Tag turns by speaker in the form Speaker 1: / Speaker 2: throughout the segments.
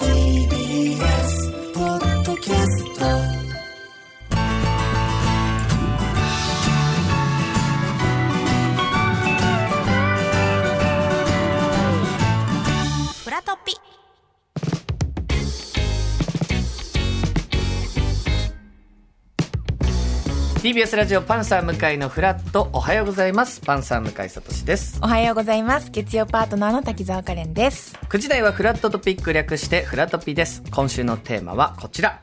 Speaker 1: ー
Speaker 2: TBS ポッドキャスト
Speaker 3: フラトピ
Speaker 4: ー TBS ラジオパンサー向井のフラットおはようございますパンサー向井聡です
Speaker 3: おはようございます月曜パートナーの滝沢カレンです
Speaker 4: 9時台はフラットトピック略してフラトピです今週のテーマはこちら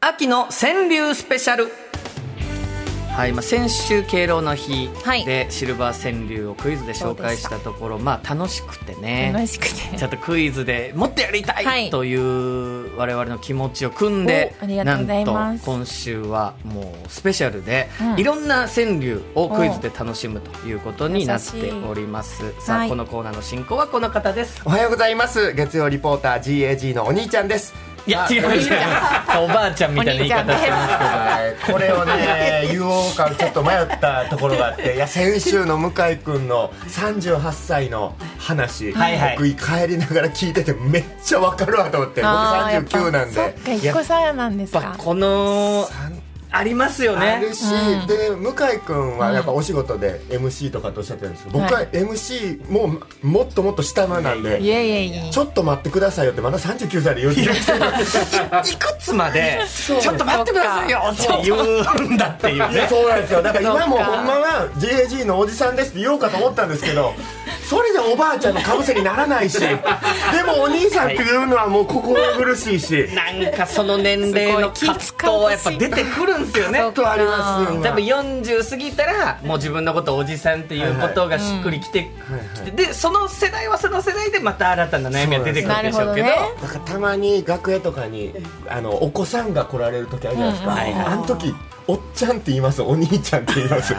Speaker 4: 秋の川柳スペシャルはいまあ、先週敬老の日
Speaker 3: はい
Speaker 4: でシルバー川柳をクイズで紹介したところ、まあ楽しくてね
Speaker 3: 楽しくて
Speaker 4: ちょっとクイズでもっとやりた
Speaker 3: はいい
Speaker 4: という我々の気持ちを組んで、
Speaker 3: おありが
Speaker 4: な
Speaker 3: とうんございます
Speaker 4: と今週はもうスペシャルで、
Speaker 3: うん
Speaker 4: いろんな川柳をクイズで楽しむということになっております。さあ、
Speaker 3: はい
Speaker 4: このコーナーの進行はこの方です。
Speaker 5: おはようございます月曜リポーター GAG のお兄ちゃんです
Speaker 4: いや違う違う。おばあちゃんみたいな言い方してますけど。
Speaker 5: はいこれを ね言おうかちょっと迷ったところがあっていや先週の向井君の38歳の話、
Speaker 4: はいはい
Speaker 5: 僕帰りながら聞いててめっちゃわかるわと思って僕
Speaker 3: あー
Speaker 5: 39なん
Speaker 3: そっ
Speaker 5: で
Speaker 3: か一個差なんです
Speaker 4: やっぱ
Speaker 3: か
Speaker 4: この
Speaker 5: 三
Speaker 4: ありますよ
Speaker 5: あ
Speaker 4: ね。
Speaker 5: るし、で向井君はやっぱお仕事で MC とかとおっしゃってるんですけど、僕は
Speaker 3: は
Speaker 5: MC もうもっともっと下のなんで、
Speaker 3: いやいやいや
Speaker 5: ちょっと待ってくださいよってまだ39歳で言ってる
Speaker 4: いくつまでちょっと待ってくださいよって言うんだっていう
Speaker 5: いや
Speaker 4: ね。
Speaker 5: そうなんですよだから今もほんまは JAG のおじさんですって言おうかと思ったんですけどそれでおばあちゃんのかぶせにならな いしでもお兄さんっていうのはもう心苦しいし
Speaker 4: なんかその年齢の葛藤はやっぱ出てくるんですよね。
Speaker 5: ちょっとあります
Speaker 4: 多分40過ぎたらもう自分のことをおじさんっていうことがしっくりきて、きてでその世代はその世代でまた新たな悩みが出てくるでしょうけど
Speaker 3: なるほど
Speaker 5: だからたまに楽屋とかにあのお子さんが来られる時あるじゃないですか、
Speaker 4: うんうん
Speaker 5: あの時おっちゃんって言いますお兄ちゃんって言い ます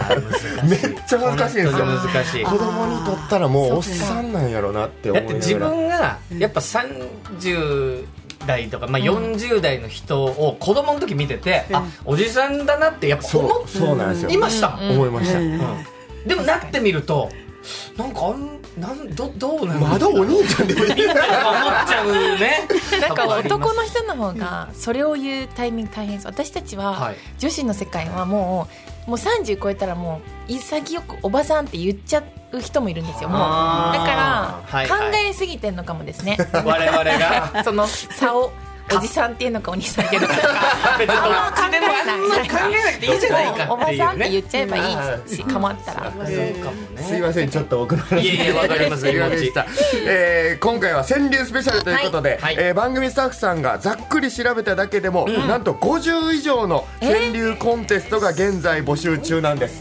Speaker 5: めっちゃ難しいんですよ
Speaker 4: 本当に難しい
Speaker 5: 子供にとったらもうおっさんなんやろなって
Speaker 4: だ
Speaker 5: 思い
Speaker 4: っ
Speaker 5: な
Speaker 4: て
Speaker 5: がら
Speaker 4: 自分がやっぱ30代とか、まあ、40代の人を子供の時見てて、あおじさんだなってやっぱ
Speaker 5: そ
Speaker 4: 思
Speaker 5: うそうなんですよ、
Speaker 4: いました、
Speaker 5: 思いました、
Speaker 4: うんでもなってみるとなんかあんなんどどうなの
Speaker 5: まだお兄ちゃんでもいい
Speaker 4: なんか思っちゃうね
Speaker 3: なんか男の人の方がそれを言うタイミング大変そう私たち
Speaker 4: は
Speaker 3: はい女子の世界はもうもう30超えたらもう潔くおばさんって言っちゃう人もいるんですよもうだ
Speaker 4: あ
Speaker 3: か
Speaker 4: ー
Speaker 3: ら考
Speaker 4: はいはい
Speaker 3: えすぎてんのかもですね
Speaker 4: 我々が
Speaker 3: その差をおじさんっていうのかお兄さんっていうのか
Speaker 4: 別にどっちでも
Speaker 3: あんま考えない
Speaker 4: 考えなくていいじゃないか
Speaker 3: お
Speaker 4: って
Speaker 3: ば
Speaker 4: い
Speaker 3: さ
Speaker 4: う
Speaker 3: んって
Speaker 4: ね
Speaker 3: 言っちゃえばいいし構ったら
Speaker 4: そうかもね
Speaker 5: すいません、ちょっと僕の話
Speaker 4: いえいえわかります
Speaker 5: わかりました。えー今回は川柳スペシャルということで、
Speaker 4: はいはい
Speaker 5: えー番組スタッフさんがざっくり調べただけでも、なんと50以上の川柳コンテストが現在募集中なんです。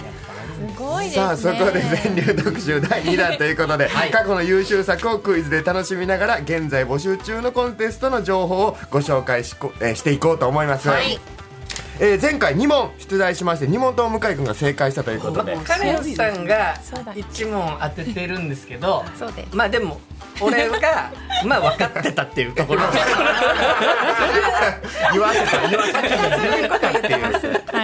Speaker 3: すごいですね
Speaker 5: さあ、そこで川柳特集第2弾ということで、
Speaker 4: はい
Speaker 5: 過去の優秀作をクイズで楽しみながら、現在募集中のコンテストの情報をご紹介しこ、えーしていこうと思います。えー前回2問出題しまして、2問とも向井君が正解したということで。
Speaker 4: カレンさんが
Speaker 3: そうだ
Speaker 4: 一問当ててるんですけど
Speaker 3: そうです
Speaker 4: まあでも俺がまあ分かってたっていうところ
Speaker 5: 言わせた言わせた言わせたっていう
Speaker 3: は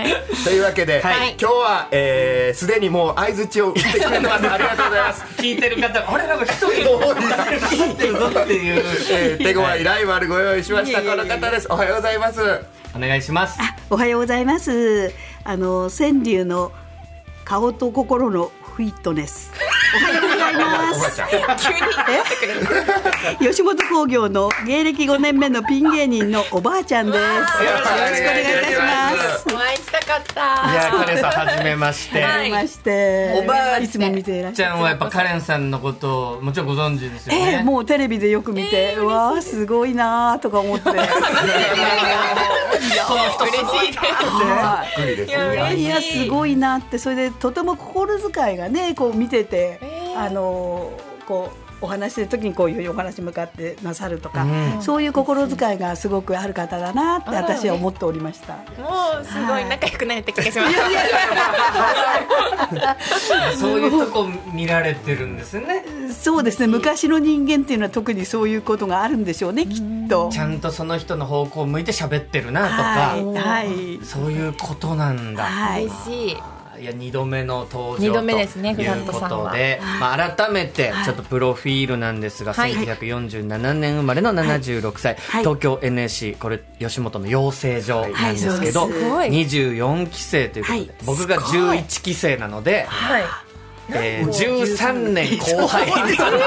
Speaker 3: い
Speaker 5: というわけで、
Speaker 4: はい
Speaker 5: 今日はえーすで、にもう相づちを打ってくれてますありがとうございます
Speaker 4: 聞いてる方あれなんか一人
Speaker 5: 多いな
Speaker 4: 聞いてるぞっていう
Speaker 5: えー手強いライバルご用意しました、
Speaker 6: いえいえ
Speaker 5: こ
Speaker 6: いえ
Speaker 5: の方ですおはようございます
Speaker 4: お願いします
Speaker 6: おはようございます。あの川柳の顔と心のフィットネス。おはようございま
Speaker 5: おばあち
Speaker 6: す。
Speaker 5: ゃん
Speaker 6: 吉本興業の芸歴5年目のピン芸人のおばあちゃんです。よろしくお願いいたします。
Speaker 3: お会いしたかっ
Speaker 4: い
Speaker 3: た
Speaker 4: やカレンさんはじめまして
Speaker 3: は
Speaker 6: は
Speaker 3: す
Speaker 6: じめまして。
Speaker 4: おばあ
Speaker 6: いつも見ていらっ
Speaker 4: ち
Speaker 6: しゃ
Speaker 4: ゃんはやっぱカレンさんのことをもちろんご存知ですよ
Speaker 6: え
Speaker 4: ね
Speaker 6: えもうテレビでよく見て、わあすごいなーとか思って。
Speaker 4: この人
Speaker 3: 嬉しいです
Speaker 6: はい
Speaker 5: びっくりです
Speaker 3: いや嬉し
Speaker 6: いやすごいなってそれでとても心遣いがねこう見てて、
Speaker 3: えー
Speaker 6: あのーこうお話しする時にこういうお話向かってなさるとか、そういう心遣いがすごくある方だなって私は思っておりました。
Speaker 3: もうすごい仲良くなれた気がします。
Speaker 4: そういうとこ見られてるんですね
Speaker 6: そうですね昔の人間っていうのは特にそういうことがあるんでしょうねきっと
Speaker 4: ち。ゃんとその人の方向を向いて喋ってるなとか、
Speaker 6: はいはい
Speaker 4: そういうことなんだ、
Speaker 6: はい
Speaker 3: 嬉しい。
Speaker 4: いや2度目の登場
Speaker 3: 二度目ですね
Speaker 4: というこ
Speaker 3: フラットさん
Speaker 4: と
Speaker 3: は
Speaker 4: で、まあ、改めてちょっとプロフィールなんですが、
Speaker 3: はい
Speaker 4: 1947年生まれの76歳、
Speaker 6: はい
Speaker 4: 東京 NSC これ吉本の養成所なんですけど、
Speaker 6: はいそうです
Speaker 3: ごい
Speaker 4: 24期生ということで、
Speaker 6: はい
Speaker 4: 僕が11期生なので、
Speaker 3: はい。
Speaker 4: えー、13年後輩に なる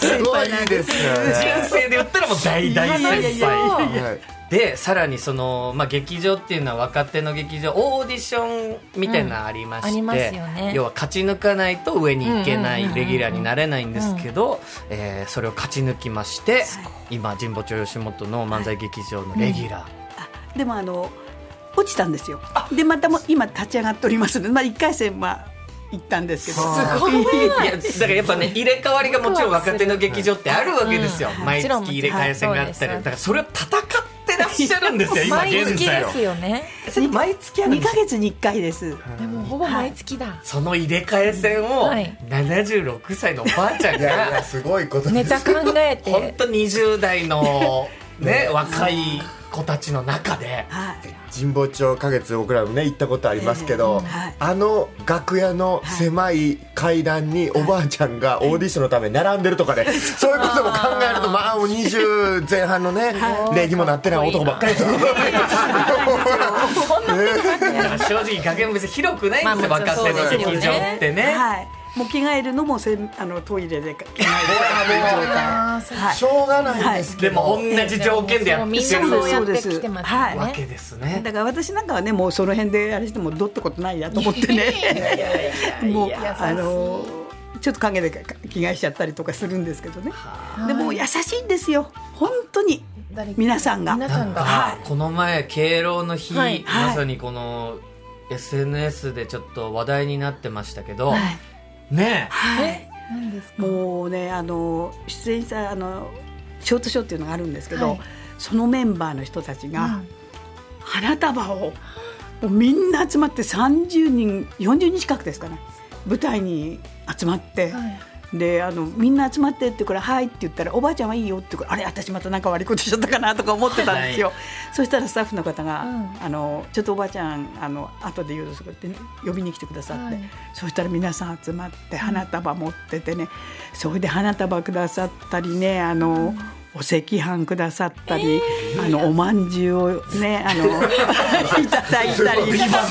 Speaker 5: すごいです
Speaker 4: 人
Speaker 5: ね。
Speaker 4: 生で言ったらもう大大先
Speaker 3: いやいやいや
Speaker 4: 輩。
Speaker 5: はい
Speaker 4: でさらにその、まあ、劇場っていうのは若手の劇場オーディションみたいなのありまして、
Speaker 3: うんありますよね
Speaker 4: 要は勝ち抜かないと上に行けない、
Speaker 3: うんうんうんう
Speaker 4: レ
Speaker 3: ん
Speaker 4: ギュラーになれないんですけど、えーそれを勝ち抜きまして今神保町吉本の漫才劇場のレギュラー、
Speaker 6: でもあの落ちたんですよ。でまたも今立ち上がっておりますので、まあ一回戦は行ったんですけど。
Speaker 4: すごいやだからやっぱね入れ替わりがもちろん若手の劇場ってあるわけですよ、
Speaker 3: うん
Speaker 4: 毎
Speaker 3: もちろん
Speaker 4: 月入れ替え戦があったり
Speaker 3: はいそうです
Speaker 4: だからそれを戦ってらっしゃるんですよ今
Speaker 3: 毎
Speaker 4: 現
Speaker 3: 月
Speaker 4: 在
Speaker 3: で
Speaker 4: を
Speaker 3: すよね。
Speaker 4: それ毎月あるん
Speaker 6: 二
Speaker 4: です
Speaker 6: ヶ
Speaker 4: よ
Speaker 6: 月に一回です。
Speaker 3: でもほぼ毎月だ。
Speaker 4: その入れ替え戦を
Speaker 3: はい
Speaker 4: 76歳のおばあちゃん
Speaker 5: いやい
Speaker 4: が
Speaker 5: やすごいこと
Speaker 3: ネ
Speaker 5: です。
Speaker 3: タ考え
Speaker 4: 本
Speaker 3: て。
Speaker 4: 当20代 のね若い子たちの中で
Speaker 6: はい。
Speaker 5: 神保町花月僕らもね行ったことありますけど、
Speaker 6: はい
Speaker 5: あの楽屋の狭い階段におばあちゃんがオーディションのために並んでるとかで、そういうことも考えるとまあもう20前半のね礼儀もなってない男ばっかりですよ
Speaker 3: こんな
Speaker 4: 正直加減別に広くないんですよ
Speaker 3: まあも
Speaker 4: 若
Speaker 3: ちろん
Speaker 4: 手の
Speaker 3: そうで
Speaker 4: 劇
Speaker 3: すよね
Speaker 4: 場ってね
Speaker 6: はい。もう着替えるのもせんあのトイレで着替える状態。
Speaker 3: あーそう
Speaker 6: はい
Speaker 5: し。ょうがないですけ
Speaker 4: で
Speaker 5: ど、
Speaker 4: も同じ条件でやって
Speaker 3: みん
Speaker 4: る
Speaker 3: なそうや
Speaker 6: そ
Speaker 3: っ
Speaker 6: う
Speaker 3: て
Speaker 6: です
Speaker 3: きてますよね。
Speaker 4: わけですね
Speaker 6: だから私なんかはねもうその辺であれしてもどうってことないやと思ってね。もうあのちょっと陰で着替えしちゃったりとかするんですけどね。でも優しいんですよ本当に
Speaker 3: 誰か
Speaker 6: 皆さんが。
Speaker 3: 皆
Speaker 4: な
Speaker 3: さ
Speaker 4: ん
Speaker 3: ん
Speaker 4: か、
Speaker 3: が。
Speaker 6: は
Speaker 4: この前敬老の日、
Speaker 3: はい
Speaker 6: はい
Speaker 4: まさにこの SNS でちょっと話題になってましたけど、
Speaker 6: はい
Speaker 4: ねえ
Speaker 6: はい。
Speaker 3: 何ですか。
Speaker 6: もうねあの出演したあのショートショーっていうのがあるんですけど、
Speaker 3: はい
Speaker 6: そのメンバーの人たち
Speaker 3: う
Speaker 6: が
Speaker 3: ん
Speaker 6: 花束をもうみんな集まって30人40人近くですかね舞台に集まって。
Speaker 3: はい
Speaker 6: であのみんな集まってってから「はい」って言ったら「おばあちゃんはいいよ」って言うからあれ私またなんか悪いことしちゃったかなとか思ってたんですよ、そしたらスタッフの方が「
Speaker 3: うん
Speaker 6: あのちょっとおばあちゃんあの後で言うとそこって呼びに来てくださって、
Speaker 3: はい
Speaker 6: そしたら皆さん集まって花束持っててね、それで花束くださったりねあの、お赤飯くださったり、あのお饅頭をねあのいただいたりそうなん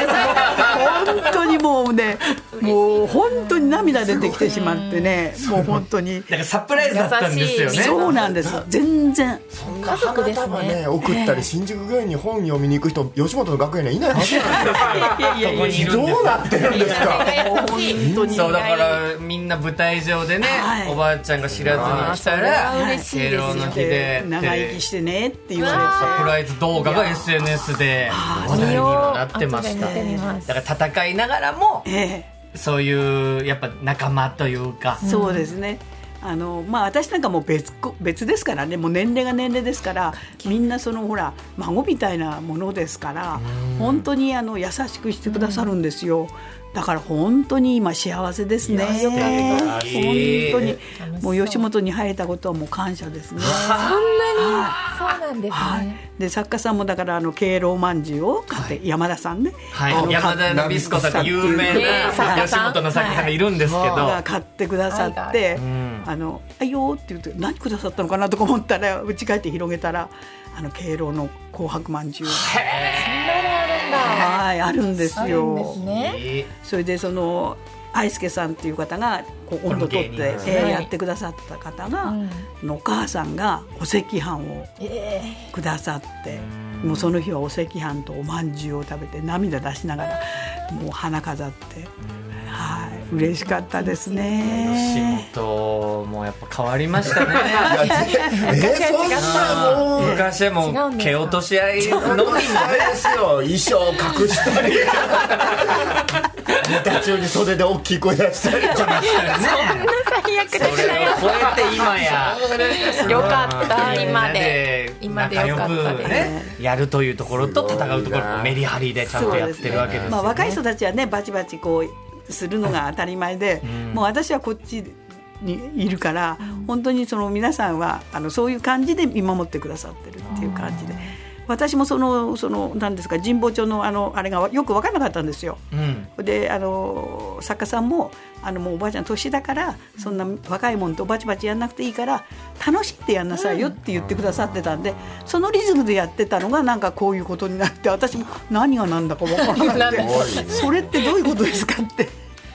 Speaker 6: です本当にもうねもう本当に涙出てきてしまってねもう本当に
Speaker 4: なんかサプライズだったんですよね
Speaker 3: 優しい
Speaker 6: そうなんです全然
Speaker 5: そんな
Speaker 3: 家族
Speaker 5: 花
Speaker 3: ですね
Speaker 5: 束ね送ったり新宿御苑に本読みに行く人吉本の学園にはいないはずなんで
Speaker 6: いやいやい
Speaker 4: ここ
Speaker 6: や
Speaker 4: にい
Speaker 5: す
Speaker 4: るん
Speaker 5: よ
Speaker 4: です
Speaker 5: どうなってるんですか
Speaker 3: 優しい。
Speaker 6: 本当に
Speaker 4: そうだからみんな舞台上でね、
Speaker 6: はい
Speaker 4: おばあちゃんが知らずに来た
Speaker 3: あ
Speaker 4: ら
Speaker 3: ー嬉しいです
Speaker 4: 敬
Speaker 3: よ
Speaker 4: 老の日で
Speaker 6: で長生きしてねって言われて
Speaker 4: サプライズ動画が SNS で話題にはなってました
Speaker 3: 見よう後で見てみます
Speaker 4: だから戦いながらも
Speaker 6: え
Speaker 4: そういうやっぱ仲間というか
Speaker 6: え、そうですね。あのまあ私なんかもう別こ別ですからね、もう年齢が年齢ですから、みんなそのほら孫みたいなものですから、本当にあの優しくしてくださるんですよ。だから本当に今幸せですね。
Speaker 3: いや
Speaker 4: よか
Speaker 6: 本
Speaker 4: った
Speaker 6: 当に
Speaker 3: 楽しそ
Speaker 6: も
Speaker 3: う
Speaker 6: う吉本に入れたことはもう感謝ですね。
Speaker 3: そんなに。そうなんです
Speaker 6: はい
Speaker 3: ね。、
Speaker 6: で作家さんもだからあの敬老饅頭を買って、山田さんね、
Speaker 4: はい
Speaker 6: あの
Speaker 4: 山田
Speaker 6: 買っ
Speaker 4: のビスコさんって有名
Speaker 3: ね作
Speaker 4: な
Speaker 3: 家
Speaker 4: 吉
Speaker 3: さん
Speaker 4: 本の作家さんがいるんですけど、
Speaker 6: が買ってくださって「
Speaker 4: ん
Speaker 6: あのあいいよ」って言って何くださったのかなとか思ったらうち帰って広げたらあの敬老の紅白まんじゅうはいあるんです
Speaker 3: あるんです
Speaker 6: よ。
Speaker 3: ね。
Speaker 4: え
Speaker 6: それでその愛介さんっていう方がこう温度取っ
Speaker 4: この芸人
Speaker 6: て、
Speaker 4: です
Speaker 3: ね
Speaker 6: えーやってくださった方が、
Speaker 3: うん
Speaker 6: のお母さんがお赤飯を
Speaker 3: え
Speaker 6: くださってもうその日はお赤飯とお饅頭を食べて涙出しながらもう花飾ってはい嬉しかったです
Speaker 4: 吉
Speaker 6: ね。
Speaker 4: 本もやっぱ変わりました ね
Speaker 5: えそんなもう
Speaker 4: 昔はも
Speaker 3: 違うん
Speaker 4: う
Speaker 3: ですか
Speaker 4: 蹴落とし合いのみ
Speaker 5: あれですよ衣装隠したり歌中に袖で大きい声出したりとか
Speaker 3: 最悪だ
Speaker 4: それを
Speaker 3: よ
Speaker 4: 超えて今や
Speaker 3: よかった今で
Speaker 4: みん
Speaker 3: 今
Speaker 4: な
Speaker 3: でよかっ
Speaker 4: 仲
Speaker 3: た
Speaker 4: 良く
Speaker 3: です
Speaker 4: ねやるというところと戦うところ
Speaker 5: すごいな
Speaker 4: メリハリでちゃんとやってるわけですよね
Speaker 6: まあ、若い人たちはねバチバチこうするのが当たり前で、もう私はこっちにいるから、本当にその皆さんはあのそういう感じで見守ってくださってるっていう感じで。私もそのそのなんですか神保町のあのあれがよく分からなかったんですよ。
Speaker 4: うん
Speaker 6: であの作家さんもあのもうおばあちゃん年だからそんな若いもんとバチバチやんなくていいから楽しんでやんなさいよって言ってくださってたんで、そのリズムでやってたのがなんかこういうことになって私も何が何だか分から なくてそれってどういうことですかって。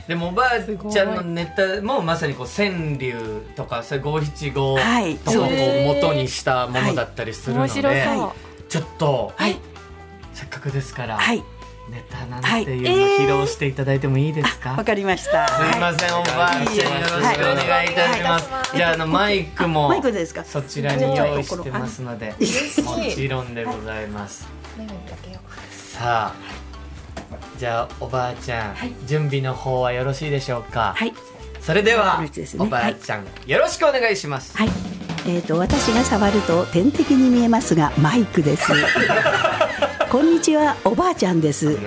Speaker 4: でもおばあちゃんのネタもまさにこう川柳とかそういう五七五
Speaker 6: はい
Speaker 4: とかをこ
Speaker 6: そう
Speaker 4: う元にしたものだったりするの
Speaker 3: 面
Speaker 4: で、
Speaker 3: 白
Speaker 6: は
Speaker 3: そ
Speaker 6: いう
Speaker 4: ちょっと、
Speaker 6: はい
Speaker 4: せっかくですから、
Speaker 6: はい
Speaker 4: ネタなんていうのを披露していただいてもいいですか、
Speaker 6: わかりました。
Speaker 4: すみません、おばあちゃん、よろしくお願いいたします。じゃあ、あのマイクも
Speaker 6: マイクですか
Speaker 4: そちらに用意してますので、もちろんでございます。
Speaker 3: 眼鏡かけよう
Speaker 4: さあ、じゃあ、おばあちゃん、準備の方はよろしいでしょうか。
Speaker 7: はい、
Speaker 4: それで
Speaker 7: よ
Speaker 4: は、
Speaker 7: ろしいですね
Speaker 4: おばあちゃん、よろしくお願いします。
Speaker 7: はい。えっ、と私が触ると天敵に見えますがマイク です。こんにちはおばあちゃんです。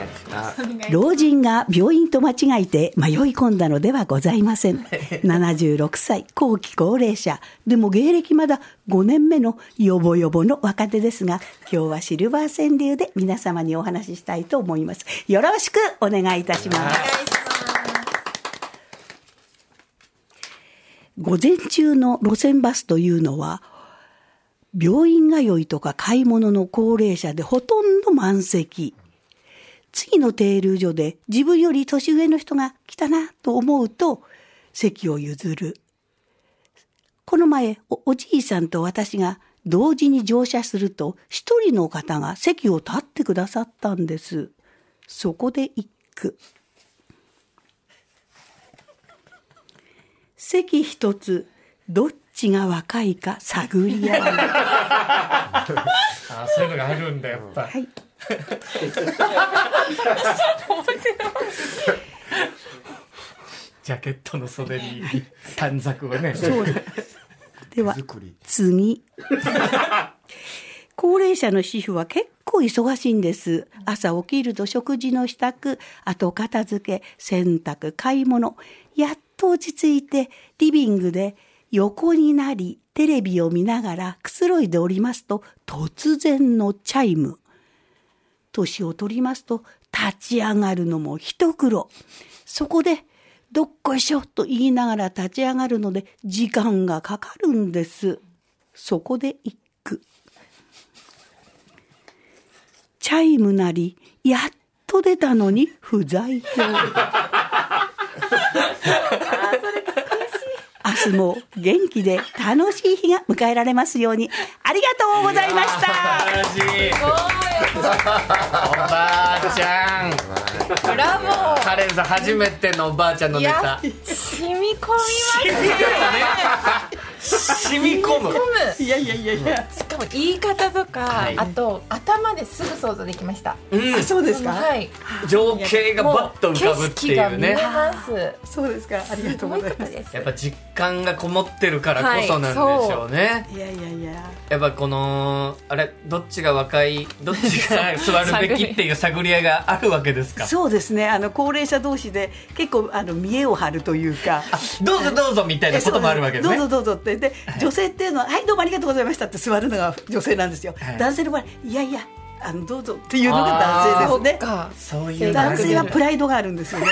Speaker 7: 老人が病院と間違えて迷い込んだのではございません。76歳後期高齢者でも芸歴まだ5年目のヨボヨボの若手ですが今日はシルバー川柳で皆様にお話ししたいと思います。よろしくお願いいたします。午前中の路線バスというのは、病院通いとか買い物の高齢者でほとんど満席。次の停留所で自分より年上の人が来たなと思うと、席を譲る。この前お、おじいさんと私が同時に乗車すると、一人の方が席を立ってくださったんです。そこで一句。席一つ、どっちが若いか探り合い。
Speaker 4: あ、そういうのがあるんだ、やっぱ。
Speaker 7: はい。
Speaker 4: ジャケットの袖に短冊をね。
Speaker 7: では、次。高齢者の主婦は結構忙しいんです。朝起きると食事の支度、後片付け、洗濯、買い物。やっと落ち着いて、リビングで横になり、テレビを見ながらくつろいでおりますと、突然のチャイム。年を取りますと立ち上がるのも一苦労。そこで、どっこいしょと言いながら立ち上がるので時間がかかるんです。そこで一句。チャイムなり、やっと出たのに不在表。明日も元気で楽しい日が迎えられますように。ありがとうございました。
Speaker 4: 素晴らしい。おばあちゃん。
Speaker 3: ブラボー
Speaker 4: カレンさん初めてのおばあちゃんのネタ。
Speaker 3: 染み込みますね
Speaker 4: 染み込む。
Speaker 6: いやいやいやいや。
Speaker 3: しかも言い方とか、
Speaker 4: い
Speaker 3: あと頭ですぐ想像できました
Speaker 4: うん
Speaker 6: そうですか。
Speaker 3: はい
Speaker 4: 情景がバッと浮かぶっていうね
Speaker 3: 景色。が見えます
Speaker 6: そうですか。ありがと
Speaker 3: す
Speaker 6: う
Speaker 3: ご
Speaker 6: ご
Speaker 3: い
Speaker 6: ざ
Speaker 3: こ
Speaker 6: い
Speaker 3: と
Speaker 6: ます。
Speaker 3: です
Speaker 4: やっぱ実感がこもってるからこそなんでしょうね。
Speaker 6: いやいやいや。
Speaker 4: やっぱこのあれどっちが若いどっちが座るべきっていう探り合いがあるわけですか。
Speaker 6: そうですね。あの高齢者同士で結構あの見栄を張るというか。
Speaker 4: どうぞどうぞみたいなこともあるわけですね。
Speaker 6: どうぞどうぞってで女性っていうのは「はいどうもありがとうございました」って座るのが女性なんですよ、
Speaker 4: はい
Speaker 6: 男性の場合「いやいやあのどうぞ」っていうのが男性ですね
Speaker 3: か
Speaker 4: そういうのある
Speaker 6: 男性はプライドがあるんですよね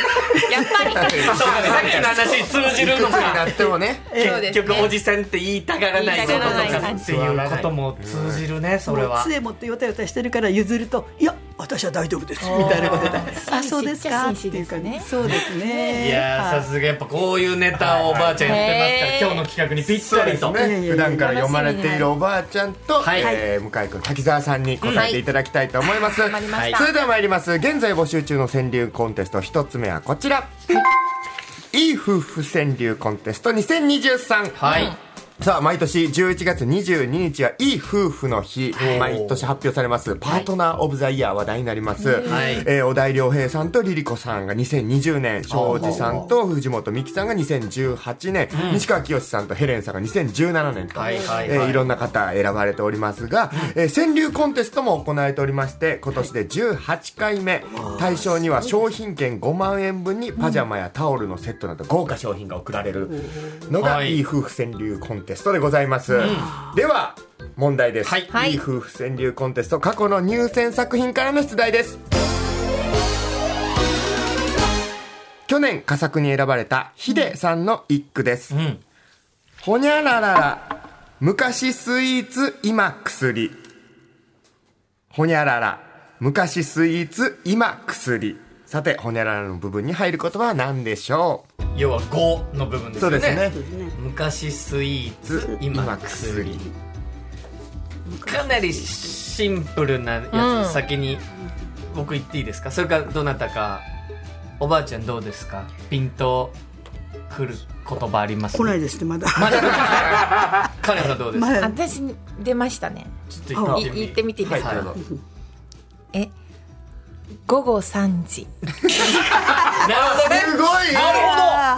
Speaker 3: やっぱり
Speaker 4: そうかねさっきの話に通じるの
Speaker 5: に
Speaker 4: か。
Speaker 5: なってもね
Speaker 3: そうで
Speaker 4: 結
Speaker 3: す
Speaker 4: 局お
Speaker 3: ね
Speaker 4: じさんって言いたがらないこととかっていうことも通じるねそれは。
Speaker 6: 杖持ってよたよたしてるから譲ると「いや私は大丈夫です」みたいなことで 「あそうですか」っていうかねそうですね
Speaker 4: いやーさすがやっぱこういうネタをおばあちゃんやってますから今日の企画にぴったりと、
Speaker 5: そうですね普段から読まれ
Speaker 3: 楽してみ
Speaker 5: い
Speaker 3: に
Speaker 5: るおばあちゃんと、
Speaker 4: はい
Speaker 5: えー向井君滝沢さんに答えていただきたいと思います、
Speaker 3: かりました
Speaker 5: それでは参ります現在募集中の川柳コンテスト一つ目はこちら、いい夫婦川柳コンテスト2023、
Speaker 4: はい
Speaker 5: さあ、毎年11月22日はいい夫婦の日、毎年発表されます、パートナー・オブ・ザ・イヤー話題になります。
Speaker 4: い
Speaker 5: えー小田井良平さんとリリコさんが2020年、庄司さんと藤本美貴さんが2018年、西川きよしさんとヘレンさんが2017年と、
Speaker 4: はいはい
Speaker 5: え
Speaker 4: はい
Speaker 5: ーいろんな方選ばれておりますが、えー川柳コンテストも行われておりまして、今年で18回目、対象には商品券5万円分にパジャマやタオルのセットなど豪華商品が贈られるのが、
Speaker 4: はい
Speaker 5: いい夫婦川柳コンテストでございます、では問題です、
Speaker 4: はい
Speaker 5: い、い夫婦川柳コンテスト過去の入選作品からの出題です去年佳作に選ばれたヒデさんの一句です、
Speaker 4: ん
Speaker 5: ほにゃららら昔スイーツ今薬ほにゃらら昔スイーツ今薬さてほにゃららの部分に入る言葉は何でしょう
Speaker 4: 要は語の部分ですよね
Speaker 5: そうですね
Speaker 4: 昔スイーツ今薬かなりシンプルなやつ、
Speaker 3: うん
Speaker 4: 先に僕言っていいですかそれからどなたかおばあちゃんどうですかピンとくる言葉あります
Speaker 6: 来ないですねまだ
Speaker 4: まだカネさんどうですか、
Speaker 6: まだ
Speaker 3: 私出ましたね
Speaker 4: ちょっと言ってみ
Speaker 3: い言ってみていいですか
Speaker 4: はい
Speaker 3: え午後3時
Speaker 4: なるほどね
Speaker 5: すごい
Speaker 4: なる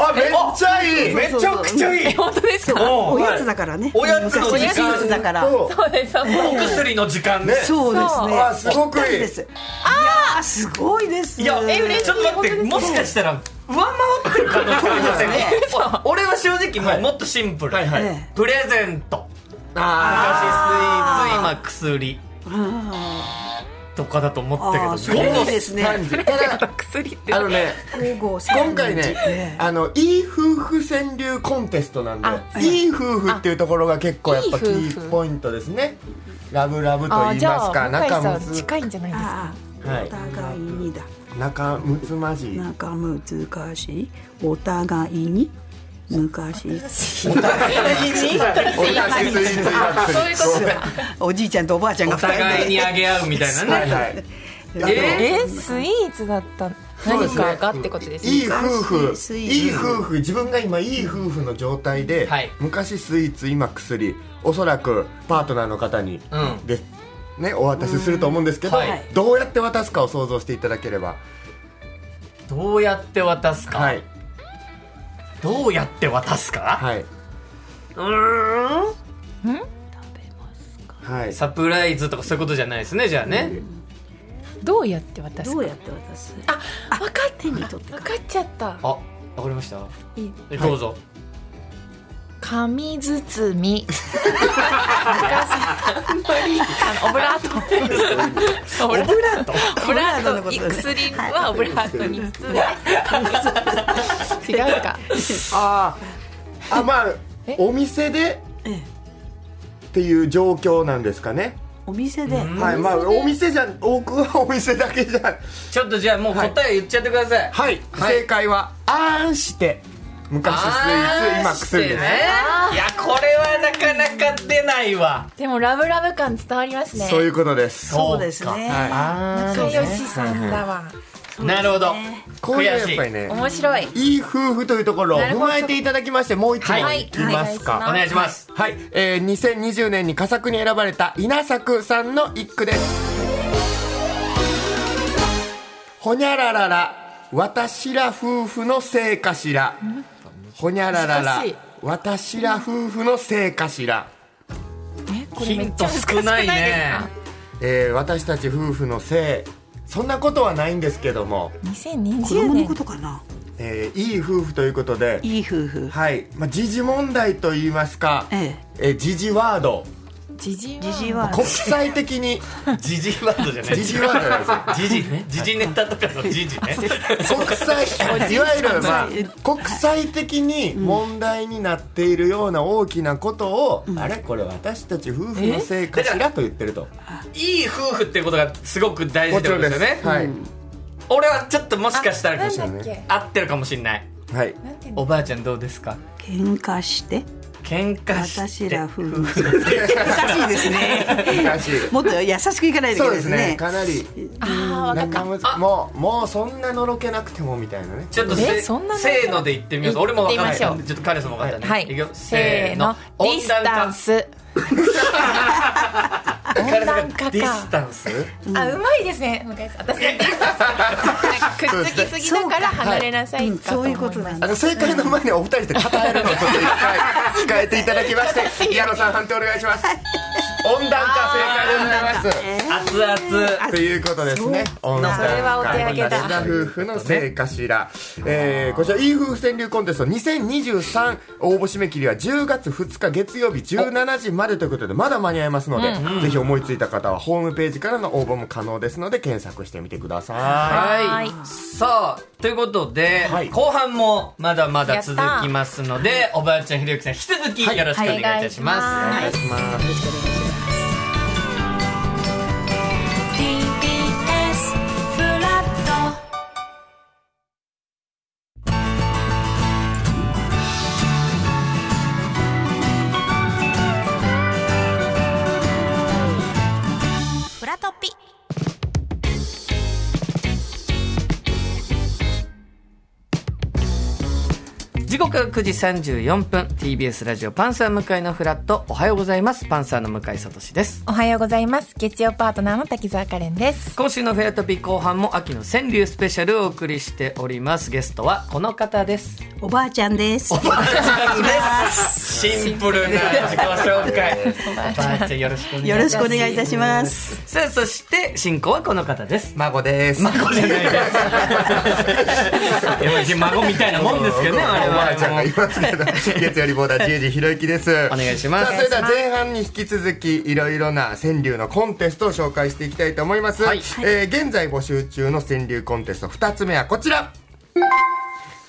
Speaker 5: あめっちゃいい
Speaker 4: ほどめちゃくちゃいい
Speaker 3: 本当ですか
Speaker 4: お
Speaker 6: おやつだからね
Speaker 4: おやつの
Speaker 6: 昔
Speaker 4: 時間
Speaker 6: おやつだから
Speaker 5: そう
Speaker 3: そう ですそうです
Speaker 4: お薬の時間ね
Speaker 6: そうですね
Speaker 5: あすごくいい
Speaker 6: ですああすごいです
Speaker 4: いや、え、
Speaker 3: 嬉しい
Speaker 4: ちょっと待って、もしかしたら上回ってる可能性ありませんかお俺は正直もうもっとシンプル。
Speaker 5: はいはい
Speaker 6: ええ
Speaker 4: プレゼント。昔スイーツ、今薬とかだと思ったけど
Speaker 6: あーそれいいですね
Speaker 5: 午後3時ただ
Speaker 3: 薬って
Speaker 5: あのね
Speaker 6: 午後
Speaker 5: 今回
Speaker 6: え
Speaker 5: ね
Speaker 6: え
Speaker 5: あのいい夫婦川柳コンテストなんでいい夫婦っていうところが結構やっぱ
Speaker 3: あ
Speaker 5: キーポイントですねラブラブと
Speaker 3: あ
Speaker 5: 言い
Speaker 3: じゃ
Speaker 5: ますか
Speaker 3: あ向井
Speaker 5: 仲
Speaker 3: さん
Speaker 5: 睦
Speaker 3: 近いんじゃないですか
Speaker 6: あ
Speaker 5: は
Speaker 6: あお
Speaker 5: い
Speaker 6: 互いにだ
Speaker 5: 仲睦まじい
Speaker 6: 仲難しいお互いに昔
Speaker 5: お互いにスイーツ今薬
Speaker 3: そういうことだ
Speaker 6: おじいちゃんとおばあちゃん
Speaker 4: お
Speaker 6: が二人で
Speaker 4: 互いにあげ合うみたいな
Speaker 5: は
Speaker 4: ね。
Speaker 5: いはい
Speaker 3: えスイーツだった
Speaker 5: そうで
Speaker 3: 何
Speaker 5: すね
Speaker 3: かがってことですね
Speaker 5: いい夫婦
Speaker 6: 昔スイーツ
Speaker 5: いい夫婦自分が今いい夫婦の状態で、
Speaker 4: はい
Speaker 5: 昔スイーツ今薬おそらくパートナーの方に、
Speaker 4: うん
Speaker 5: でね、お渡しすると思うんですけど、
Speaker 4: うんはい
Speaker 5: どうやって渡すかを想像していただければ、
Speaker 4: どうやって渡すか。
Speaker 5: はい
Speaker 4: どうやって渡すか。
Speaker 5: はい、
Speaker 4: うーん
Speaker 5: はい、
Speaker 4: サプライズとかそういうことじゃないですね、じゃあね。
Speaker 3: どうやって渡す
Speaker 6: ど
Speaker 3: か分
Speaker 6: うやって渡す
Speaker 3: かっ
Speaker 6: 手に取って
Speaker 3: 分かっちゃった
Speaker 4: あ、わかりました。
Speaker 3: いい
Speaker 4: えどうぞ。
Speaker 3: 紙包みあのオブラートオブラートオブラートい薬はオブラートに包んで紙包み 違うか
Speaker 5: あーあまあ
Speaker 3: え
Speaker 5: お店で
Speaker 6: ええ
Speaker 5: っていう状況なんですかね、
Speaker 6: お店で
Speaker 5: はいまあお店じゃ多くはお店だけじゃ
Speaker 4: ちょっとじゃあもう答え言っちゃってください。
Speaker 5: はい、正解は「あーんして」昔スイーツ今薬です
Speaker 4: ねいやこれはなかなか出ないわ
Speaker 3: でもラブラブ感伝わりますね
Speaker 5: そういうことです。
Speaker 6: そうですね
Speaker 5: はい、あ
Speaker 3: 仲良しさんだわ
Speaker 4: なるほど
Speaker 5: こういうや
Speaker 4: 悔
Speaker 5: っ
Speaker 4: しい
Speaker 5: ぱりね、
Speaker 3: 面白い
Speaker 5: いい夫婦というところを踏まえていただきまして、もう一
Speaker 4: は
Speaker 5: 問
Speaker 4: い
Speaker 5: いきます
Speaker 4: お
Speaker 5: か。
Speaker 4: 願いします
Speaker 5: はい、えー、2020年に佳作に選ばれた稲作さんの一句です。ほにゃららら、私ら夫婦のせいかしら。ほにゃららら
Speaker 3: 難しい、
Speaker 5: 私ら夫婦のせいかしら。
Speaker 3: えこれ
Speaker 4: ヒ
Speaker 3: めっ
Speaker 4: ン
Speaker 3: ち
Speaker 4: ト
Speaker 3: ゃ難しく
Speaker 4: 少ない
Speaker 3: ないです
Speaker 4: ね
Speaker 3: か
Speaker 5: えー、私たち夫婦のせい。そんなことはないんですけども、
Speaker 6: 子供
Speaker 3: 2020
Speaker 6: のこ
Speaker 3: 年
Speaker 6: とかな
Speaker 5: えー、いい夫婦ということで、
Speaker 6: いい夫婦
Speaker 5: はい、まあ、時事問題と言いますか、
Speaker 6: え
Speaker 5: え時事ワード
Speaker 3: じじい
Speaker 6: えじじい
Speaker 3: は
Speaker 6: は
Speaker 5: 国際的に
Speaker 4: ジジワードじゃない
Speaker 5: 時事ワードなんです
Speaker 4: ジ
Speaker 5: よ
Speaker 4: ジねジジネタとかのジジね
Speaker 5: 国際いわゆる、まあ、国際的に問題になっているような大きなことを、あれこれ私たち夫婦のせいかしらと言ってると
Speaker 4: いい夫婦ってことがすごく大事ってことですよね
Speaker 5: はい、
Speaker 4: 俺はちょっともしかした
Speaker 3: な
Speaker 4: ら
Speaker 3: んだっけ
Speaker 4: 合ってるかもしれない
Speaker 5: はい、
Speaker 3: なんて言うんだ
Speaker 4: おばあちゃんどうですか
Speaker 6: 喧嘩して
Speaker 4: 喧嘩して
Speaker 7: 私ら夫婦
Speaker 6: 難しいですね。
Speaker 5: 難しい
Speaker 6: もっと優しくいかないとい
Speaker 5: そうで
Speaker 6: けないですす
Speaker 5: ね
Speaker 6: ね。
Speaker 5: かなり
Speaker 3: ああ、
Speaker 5: なんかむずもうもうそんなのろけなくてもみたいなね
Speaker 4: ちょっとせ
Speaker 3: えそんなの
Speaker 4: せーので言ってみます俺も分かんないち
Speaker 3: 行
Speaker 4: ょ
Speaker 3: って
Speaker 4: っ
Speaker 3: みま
Speaker 4: と彼さんも分かったね、
Speaker 3: はい
Speaker 4: くよ。
Speaker 3: せーの。ディスタンス。
Speaker 4: 温暖化
Speaker 3: 温暖化か
Speaker 4: ディスタンス
Speaker 3: あ、うまいですね。向井さん私ディスタンス。なんかくっつきすぎだから離れなさいかと
Speaker 7: そうかそう
Speaker 3: 思います。
Speaker 7: いうことなん
Speaker 5: あの正解の前にお二人で答えるのをちょっと一回控えていただきま して矢野さん判定お願いします温暖化正解でございま
Speaker 4: 熱々
Speaker 5: すということですね温暖
Speaker 3: それはお手上げ
Speaker 5: 化
Speaker 3: だ。
Speaker 5: 夫婦のせいかしら、えー、こちらいい夫婦川柳コンテスト2023応募締め切りは10月2日月曜日17時までということでまだ間に合いますので、ぜひ思いついた方はホームページからの応募も可能ですので検索してみてくださ
Speaker 4: はい、
Speaker 3: はい
Speaker 4: さあということで、
Speaker 5: はい
Speaker 4: 後半もまだまだ続きますのでおばあちゃんひろゆきさん引き続きよろしくお願いいたします、
Speaker 5: い。
Speaker 3: は
Speaker 5: お願いします
Speaker 2: TBS フラット
Speaker 3: フラトピ。
Speaker 4: 時刻は9時34分 TBS ラジオパンサー向井のフラットおはようございますパンサーの向井聡です
Speaker 3: おはようございます。月曜パートナーの滝沢カレンです。
Speaker 4: 今週のフェラトピー後半も秋の川柳スペシャルをお送りしておりますゲストはこの方です
Speaker 7: おばあちゃんです。
Speaker 4: シンプルな自己紹介おばあちゃんよろしくお願いします
Speaker 7: よろしくお願いいたします。
Speaker 4: さあそして進行はこの方です
Speaker 5: 孫です
Speaker 4: 孫じゃないです。孫みたいなもんですけどね、
Speaker 5: おばあ
Speaker 4: 我
Speaker 5: ちゃん
Speaker 4: 々も
Speaker 5: がい。ますけど月曜リポーダー十時ひろゆきです
Speaker 4: お願いします
Speaker 5: さあそれでは前半に引き続きいろいろな川柳のコンテストを紹介していきたいと思います、
Speaker 4: はい
Speaker 5: えー現在募集中の川柳コンテスト2つ目はこちら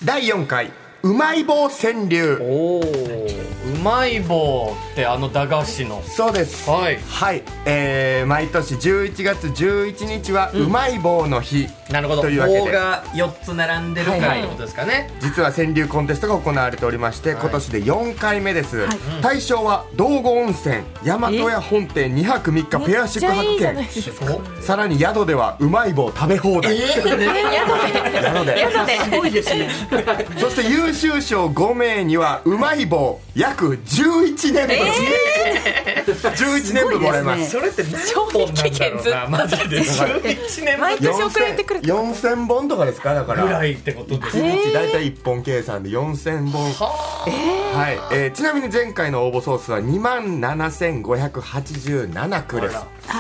Speaker 5: 第4回うまい棒川柳
Speaker 4: おーうまい棒ってあの駄菓子の。
Speaker 5: そうです
Speaker 4: はい
Speaker 5: はい、えー毎年11月11日はうまい棒の日、
Speaker 4: なるほど。
Speaker 5: というわけで
Speaker 4: 棒が四つ並んでるか
Speaker 5: は
Speaker 4: ら
Speaker 5: い
Speaker 4: ってことですかね。
Speaker 5: 実は川柳コンテストが行われておりまして、
Speaker 4: い
Speaker 5: 今年で4回目です、対象は道後温泉大和屋本店2泊3日ペア宿泊券
Speaker 4: すごっ
Speaker 5: さらに宿ではうまい棒食べ放題、なので
Speaker 3: 宿ですごいですね。
Speaker 5: そして優秀賞5名にはうまい棒約11年分、11年分もらえます
Speaker 4: それって何本なんだろうな、マジ で。11年
Speaker 3: 毎年送られてくる。
Speaker 5: 4000本とかですかだから
Speaker 4: ぐらいってことです
Speaker 5: 1日大体1本計算で4000本はいえーちなみに前回の応募総数は2万7587句です
Speaker 4: 激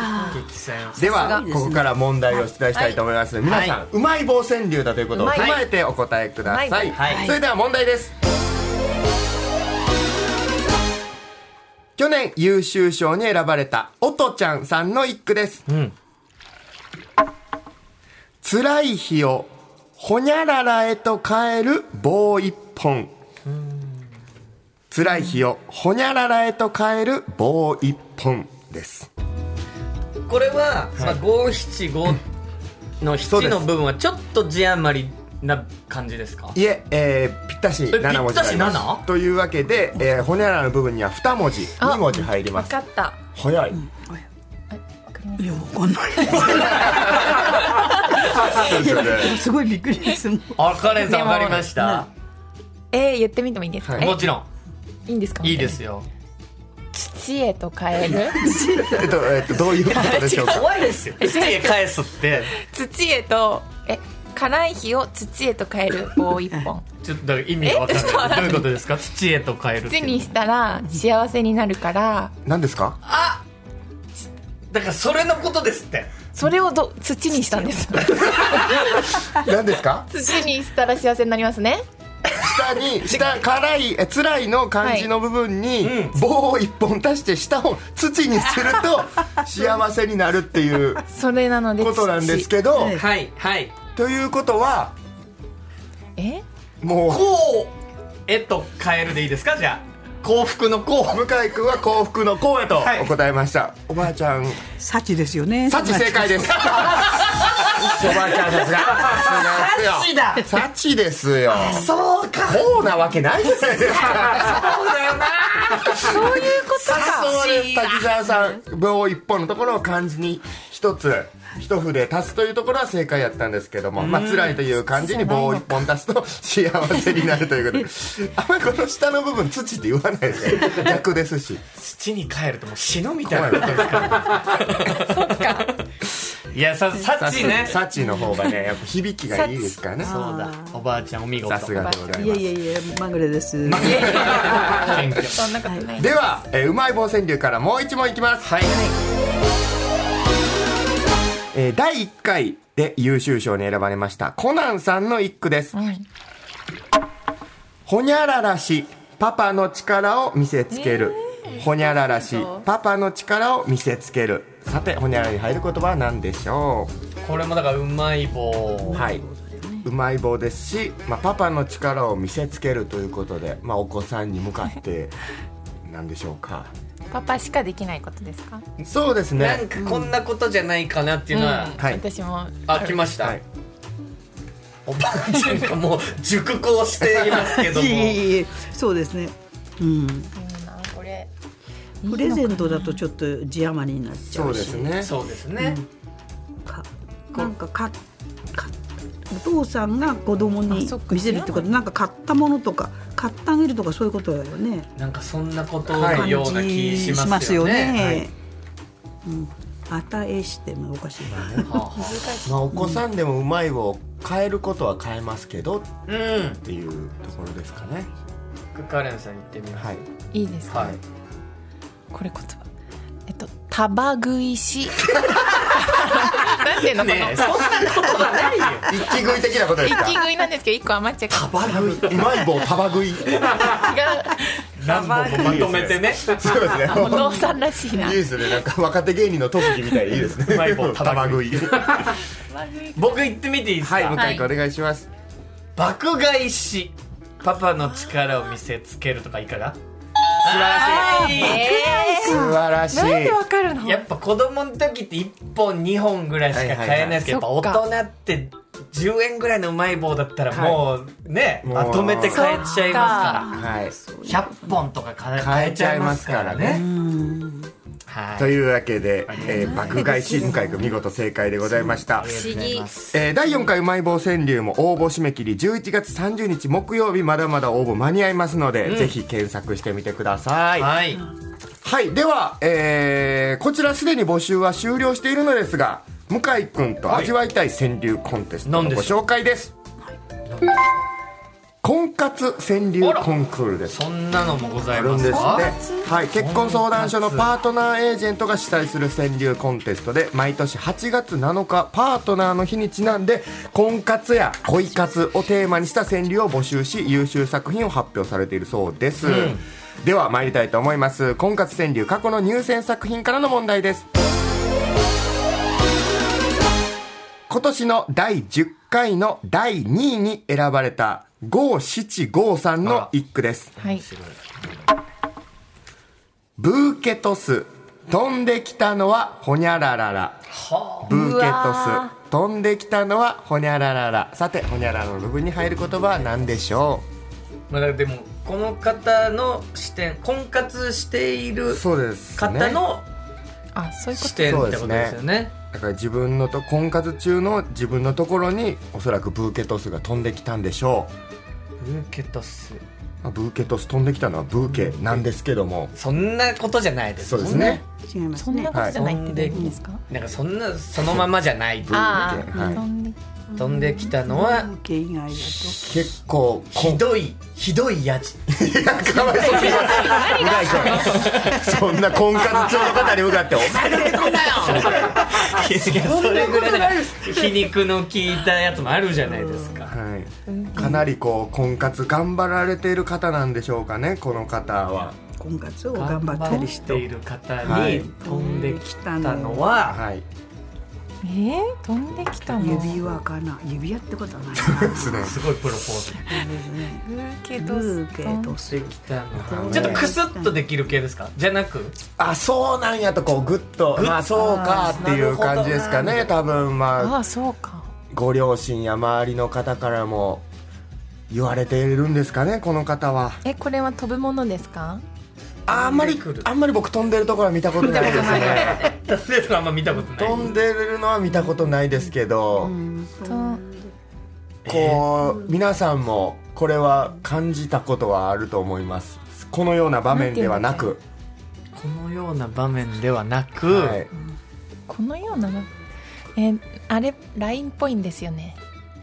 Speaker 4: 戦。
Speaker 5: ではここから問題を出題したいと思います、皆さん、
Speaker 4: はいう
Speaker 5: まい棒川柳だということを
Speaker 3: うまい
Speaker 5: 踏まえてお答えください、
Speaker 4: うまいはい
Speaker 5: それでは問題です、去年優秀賞に選ばれたおとちゃんさんの一句です、
Speaker 4: ん
Speaker 5: 辛い日をほにゃららへと変える棒一本辛い日をほにゃららへと変える棒一本です
Speaker 4: これは、まあ、五七五の
Speaker 5: そうで
Speaker 4: 七の
Speaker 5: す
Speaker 4: 部分はちょっと字余りな感じですか
Speaker 5: いえ、えーぴったし
Speaker 4: え
Speaker 5: 7文字になり
Speaker 4: ぴったし
Speaker 5: ま
Speaker 4: 7？
Speaker 5: すというわけで、えー、ほにゃららの部分には2文字2文字入りま
Speaker 3: わ
Speaker 5: す
Speaker 3: かった。
Speaker 5: 早い
Speaker 6: いや、わかんない。すごいびっくりです。もう
Speaker 4: あカレンさん
Speaker 3: で
Speaker 4: 分
Speaker 3: も
Speaker 4: かりました
Speaker 3: えー、言ってみてもいいですか。
Speaker 5: は
Speaker 3: え
Speaker 4: もちろん
Speaker 3: いいんですか。
Speaker 4: いいで。すよ
Speaker 3: 父へと変え る。
Speaker 5: えっと、えっと、どういうことでしょうか
Speaker 4: 怖いですよ土へ返す って
Speaker 3: 土へとえ辛い日を土へと変える棒一本
Speaker 4: ちょっとだから意味が分
Speaker 3: えちょっと
Speaker 4: か
Speaker 3: わ
Speaker 4: んな
Speaker 3: か
Speaker 4: い
Speaker 3: ん
Speaker 4: ど
Speaker 3: な
Speaker 4: ういうこと
Speaker 3: い
Speaker 4: ですか土へと変えるってい
Speaker 3: 土
Speaker 4: う
Speaker 3: にしたら幸せになるから
Speaker 5: 何ですか
Speaker 4: だからそれのことですって
Speaker 3: それをど土にしたんです
Speaker 5: 何ですか
Speaker 3: 土にしたら幸せになりますね
Speaker 5: 下に下辛いえ辛いの漢字の部分に棒を1本足して下を土にする と幸せになるっていう
Speaker 3: それなので
Speaker 5: ことなんですけど
Speaker 4: はいはい
Speaker 5: ということは
Speaker 3: 土え
Speaker 5: も
Speaker 4: こうへと変えるでいいですかじゃあ幸福の幸
Speaker 5: う向井君は幸福の幸へと
Speaker 4: はい
Speaker 5: お答えました、おばあちゃん
Speaker 6: 幸ですよね。
Speaker 5: サチ正解です。おばあちゃんさすが。さちだ。サチですよ。
Speaker 4: そうか
Speaker 5: こうなわけないじゃないですか。
Speaker 4: そうだよな
Speaker 3: そういうことか。
Speaker 5: 誘われ滝沢さん棒一本のところを漢字に一つ一筆足すというところは正解やったんですけども、まあ辛いという漢字に棒一本足すと幸せになるということであんまりこの下の部分土って言わないですね逆ですし
Speaker 8: 土に帰るともう死ぬみたい
Speaker 5: 怖
Speaker 8: ない
Speaker 5: わ
Speaker 8: いやさサッチね
Speaker 5: サチの方がねやっぱ響きがいいですからね
Speaker 8: そうだおばあちゃんお見事
Speaker 5: さすがでござい
Speaker 6: い
Speaker 5: ま
Speaker 6: や
Speaker 5: す
Speaker 6: いやいやまぐれです。
Speaker 8: 謙虚
Speaker 3: そんなことない。
Speaker 5: では、えーうまい棒川柳からもう一問いきますはい、えー第1回で優秀賞に選ばれましたコナンさんの一句です、ほにゃららしパパの力を見せつける、ほにゃららしパパの力を見せつけるさてほにゃららに入る言葉は何でしょ
Speaker 8: これもだからうまい棒
Speaker 5: うはいうまい棒ですし、まあ、パパの力を見せつけるということで、まあ、お子さんに向かって何でしょうか
Speaker 3: パパしかできないことですか。
Speaker 5: そうですね
Speaker 4: なんかこんなことじゃないかなっていうのは、
Speaker 5: はい
Speaker 3: 私も。
Speaker 4: あ来ました、
Speaker 5: はい
Speaker 4: おばあちゃんがもう熟考していますけど
Speaker 6: い
Speaker 4: も
Speaker 6: えいえいえそうですね。うん。
Speaker 3: これ。
Speaker 6: プレゼントだとちょっと字余りになっち
Speaker 5: そ
Speaker 6: ゃ
Speaker 5: う
Speaker 6: う
Speaker 5: で
Speaker 6: し。
Speaker 5: す ね
Speaker 4: そうですね、
Speaker 6: かなんかかかお父さんが子供に
Speaker 3: あそっか
Speaker 6: 見せるってことなんか買ったものとか買ってあげるとかそういうことだよね。
Speaker 4: なんかそんなことのような気しますよ
Speaker 6: 感じし
Speaker 4: ね。
Speaker 6: ますよねうん。与えしてもおかしいな。
Speaker 5: まあ、お子さんでもうまいを変えることは変えますけどっ
Speaker 4: うん、
Speaker 5: ていうところですかね。
Speaker 4: カレンさん言ってみます。
Speaker 5: はい。
Speaker 3: いいですか。
Speaker 4: はい
Speaker 3: これ言葉。えっと、タバ食いし。なんていうの、こ
Speaker 4: ねえ、そんなことはないよ。
Speaker 5: 一気食い的なことです
Speaker 3: の。
Speaker 5: か
Speaker 3: 一。気食いなんですけど、一個余っちゃうから。
Speaker 5: タバ食いうまい棒タバ食い。
Speaker 8: 何本もまとめてね
Speaker 5: そうですね。
Speaker 3: 違う。お父さんらしいな。
Speaker 5: いいですね。なんか若手芸人の特技みたいでいいですね。
Speaker 8: うまい棒
Speaker 5: タバ食い。
Speaker 4: 僕言ってみていいですか。
Speaker 5: はい、向井君お願いします。
Speaker 4: 爆買いし、パパの力を見せつけるとかいかが。素晴らしい。
Speaker 5: 素晴らしい。
Speaker 3: なんでわかるの。
Speaker 4: やっぱ子供の時って1本2本ぐらいしか買えないですけど、
Speaker 3: はいはいはい
Speaker 4: やっぱ大人って10円ぐらいのうまい棒だったらもうね、
Speaker 5: もう
Speaker 4: まとめて買えちゃいま
Speaker 5: はい。
Speaker 4: すから100本とか買え
Speaker 5: 変えちゃいますか
Speaker 4: 買
Speaker 5: ら
Speaker 4: えちゃい
Speaker 5: ね。
Speaker 4: ますからねはい
Speaker 5: というわけで、えー爆買いし向井君見事正解でございました。えー第4回うまい棒川柳も応募締め切り11月30日木曜日まだまだ応募間に合いますので、ぜひ検索してみてください。
Speaker 4: はい、
Speaker 5: はい、では、えーこちらすでに募集は終了しているのですが、向井くんと味わいたい川柳コンテストの
Speaker 4: 何
Speaker 5: ご
Speaker 4: でしょ
Speaker 5: 紹介です。婚活川柳コンクールです。
Speaker 4: そんなのもござ
Speaker 5: あ
Speaker 4: い
Speaker 5: るん
Speaker 4: ま
Speaker 5: ですすね
Speaker 4: か。
Speaker 5: はい、結婚相談所のパートナーエージェントが主催する川柳コンテストで毎年8月7日パートナーの日にちなんで婚活や恋活をテーマにした川柳を募集し優秀作品を発表されているそうです、では参りたいと思います婚活川柳過去の入選作品からの問題です今年の第10回の第2位に選ばれた五七五三の一句です
Speaker 3: はい。
Speaker 5: ブーケトス飛んできたのはほにゃらららブーケトス飛んできたのはほにゃらららさてほにゃららの部分に入る言葉は何でしょ
Speaker 4: まあ、だからでもこの方の視点婚活していうる
Speaker 5: そうですね
Speaker 4: 方の
Speaker 3: あ、そういうこ
Speaker 4: 視
Speaker 3: と。
Speaker 4: 点ってことですよね
Speaker 5: だから自分のと婚活中の自分のところにおそらくブーケトスが飛んできたんでしょ
Speaker 4: ブーケトス
Speaker 5: うまあブーケトス飛んできたのはブーケなんですけども、
Speaker 4: そんなことじゃないです
Speaker 5: そうですね
Speaker 6: 違います
Speaker 3: そん
Speaker 6: ね
Speaker 3: な。ことじゃないってどういう意味ですか。
Speaker 4: なんかそんなそのままじゃない
Speaker 5: ブ
Speaker 3: あ
Speaker 5: ーケ、はい
Speaker 3: 飛んで
Speaker 4: 飛んできたのは
Speaker 6: 風景以外だと
Speaker 5: 結構こん
Speaker 4: ひどいひどいやじ
Speaker 5: かわいそうにそんな婚活中の方に向かってお前
Speaker 4: いや それぐらいだから皮肉の効いたやつもあるじゃないですか
Speaker 5: はい、かなりこう婚活頑張られている方なんでしょうかねこの方は、
Speaker 6: 婚活を頑張ってる人。
Speaker 4: いる方
Speaker 5: はい
Speaker 4: に飛んできたのは
Speaker 5: はい、
Speaker 3: えー、飛んできたの。
Speaker 6: 指輪かな指輪ってことはないな。
Speaker 5: ですね
Speaker 4: すごいプロポーズ
Speaker 3: ブーケ
Speaker 6: ブ
Speaker 3: トス。
Speaker 6: ーケトス
Speaker 4: できたの
Speaker 5: は
Speaker 4: ちょっとクスッとできる系ですかじゃなく
Speaker 5: あそうなんやとこうグッとまあそうかっていう感じですかね多分ま
Speaker 3: あ
Speaker 5: あ
Speaker 3: あ、そうか。
Speaker 5: ご両親や周りの方からも言われているんですかねこの方は
Speaker 3: え、これは飛ぶものですか。
Speaker 5: あんまりあんまり僕飛んでるところは見たことないですね
Speaker 8: 飛んでるとこあんま見たことない
Speaker 5: 飛んでるのは見たことないですけど、こう皆さんもこれは感じたことはあると思いますこのような場面ではなく
Speaker 8: このような場面ではなく、
Speaker 5: はい
Speaker 9: このようなのえーあれ LINE っぽいんですよね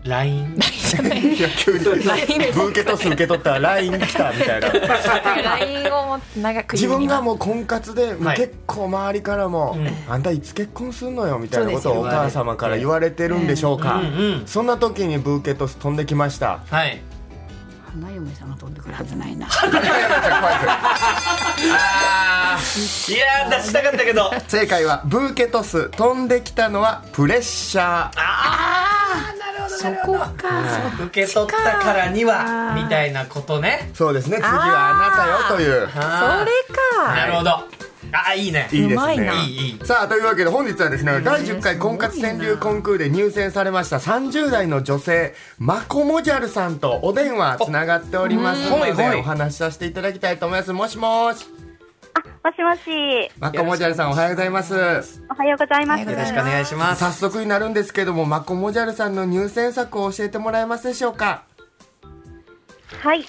Speaker 8: LINE
Speaker 9: じゃない
Speaker 5: いや急にブーケトス受け取ったら LINE 来たみた いな
Speaker 9: LINE をもっと長く
Speaker 5: 自
Speaker 9: 言う
Speaker 5: 分
Speaker 9: には
Speaker 5: がもう婚活で、もう
Speaker 8: はい
Speaker 5: 結構周りからも、
Speaker 8: うん
Speaker 5: あんたいつ結婚すんのよみたいなこと
Speaker 8: そ
Speaker 5: を
Speaker 8: う
Speaker 5: お
Speaker 8: ですよ
Speaker 5: 母様から言われてるんでしょうか、
Speaker 8: うんうん
Speaker 5: そんな時にブーケトス飛んできました
Speaker 8: はい
Speaker 6: 花嫁さんが飛んでくるはずない な。
Speaker 8: いやー出したかったけど
Speaker 5: 正解はブーケトス飛んできたのはプレッシャー
Speaker 8: 受け取ったからにはみたいなことね
Speaker 5: そうですね次はあなたよという
Speaker 8: あ
Speaker 9: それか
Speaker 8: ーなるほどあーいいね
Speaker 5: いいです
Speaker 9: うまい
Speaker 5: ね
Speaker 9: ない
Speaker 8: いいい
Speaker 5: さあというわけで本日はですね第10回婚活川柳コンクールで入選されました30代の女性マコモジャルさんとお電話つながっておりますの
Speaker 8: おうんはいは
Speaker 5: で
Speaker 8: い
Speaker 5: お話しさせていただきたいと思いますもしもし
Speaker 10: もしもし、
Speaker 5: マコモジャルさんおはようございます
Speaker 10: おはようございます。
Speaker 4: よろしくお願いします
Speaker 5: 早速になるんですけどもマコモジャルさんの入選作を教えてもらえますでしょうか
Speaker 10: はい。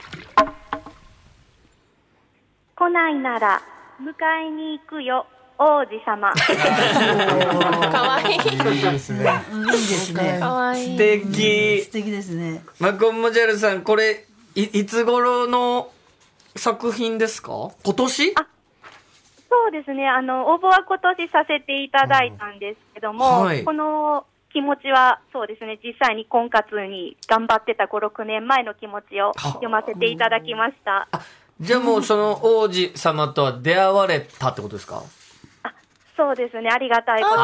Speaker 10: 来ないなら迎えに行くよ、王子様。
Speaker 5: いいですね
Speaker 9: かわい
Speaker 4: 素
Speaker 9: い
Speaker 4: 敵
Speaker 7: 素敵ですね。
Speaker 4: マコンモジャルさんこれいいつ頃の作品ですか今年
Speaker 10: そうですね、あの、応募は今年させていただいたんですけども、
Speaker 4: はい
Speaker 10: この気持ちは、そうですね、実際に婚活に頑張ってた5、6年前の気持ちを読ませていただきました。
Speaker 4: じゃあもうその王子様とは出会われたってことですか
Speaker 10: そうですね、ありがたいこと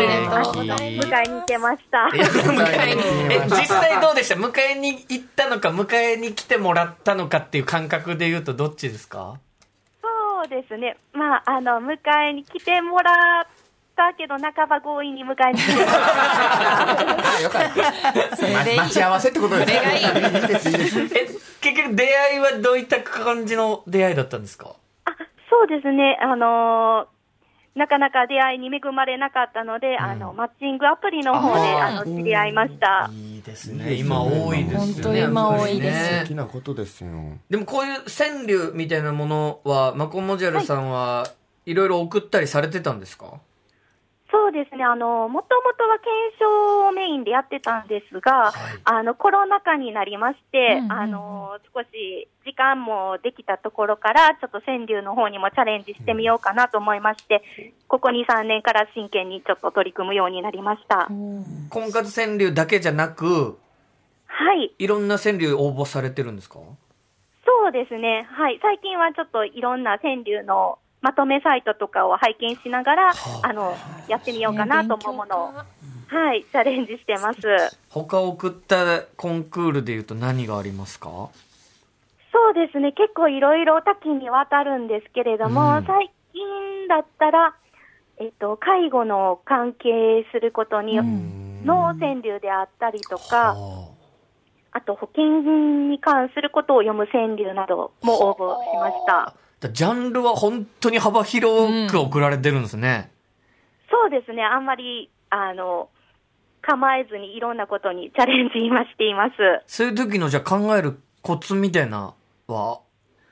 Speaker 8: おめでとうございます
Speaker 10: 迎えに行けました。
Speaker 4: え迎えにえ実際どうでした迎えに行ったのか迎えに来てもらったのかっていう感覚で言うとどっちですか
Speaker 10: そうですね、まあ、あの迎えに来てもらったけど、半ば強引に迎えに来てもらった
Speaker 5: あよかったま待ち合わせってことですねいいですいいです
Speaker 4: え結局出会いはどういった感じの出会いだったんですか
Speaker 10: そうですね、あのーなかなか出会いに恵まれなかったので、あのマッチングアプリの方であの知り合いました。
Speaker 4: いいですね今多いですよ
Speaker 9: 本
Speaker 4: ね
Speaker 9: 当今多いです
Speaker 4: やっぱりね
Speaker 5: 好きなことですよ
Speaker 4: でもこういう川柳みたいなものはマコモジャルさんはいろいろ送ったりされてたんですか、
Speaker 10: そうですね、あのもともとは検証をメインでやってたんです
Speaker 4: は
Speaker 10: が、
Speaker 4: い
Speaker 10: あのコロナ禍になりまして、
Speaker 9: うんうんうん
Speaker 10: あの少し時間もできたところから、ちょっと川柳の方にもチャレンジしてみようかなと思いまして、ここ2、3年から真剣にちょっと取り組むようになりました。
Speaker 4: 婚活川柳だけじゃなく
Speaker 10: はい、
Speaker 4: いろんな川柳応募されてるんですか
Speaker 10: そうですね、はい、最近はちょっといろんな川柳のまとめサイトとかを拝見しながら、あのやってみようかなと思うものを、はい、チャレンジしてます。
Speaker 4: 他送ったコンクールでいうと何がありますか
Speaker 10: そうですね、結構いろいろ多岐にわたるんですけれども、
Speaker 4: うん
Speaker 10: 最近だったら、えっと、介護の関係することに、脳川柳であったりとか、
Speaker 4: あ
Speaker 10: あと保険に関することを読む川柳なども応募しました。
Speaker 4: だジャンルは本当に幅広く送られてるんですね、
Speaker 10: そうですね、あんまり、あの、構えずにいろんなことにチャレンジ今しています。
Speaker 4: そういう時のじゃあ考えるコツみたいなは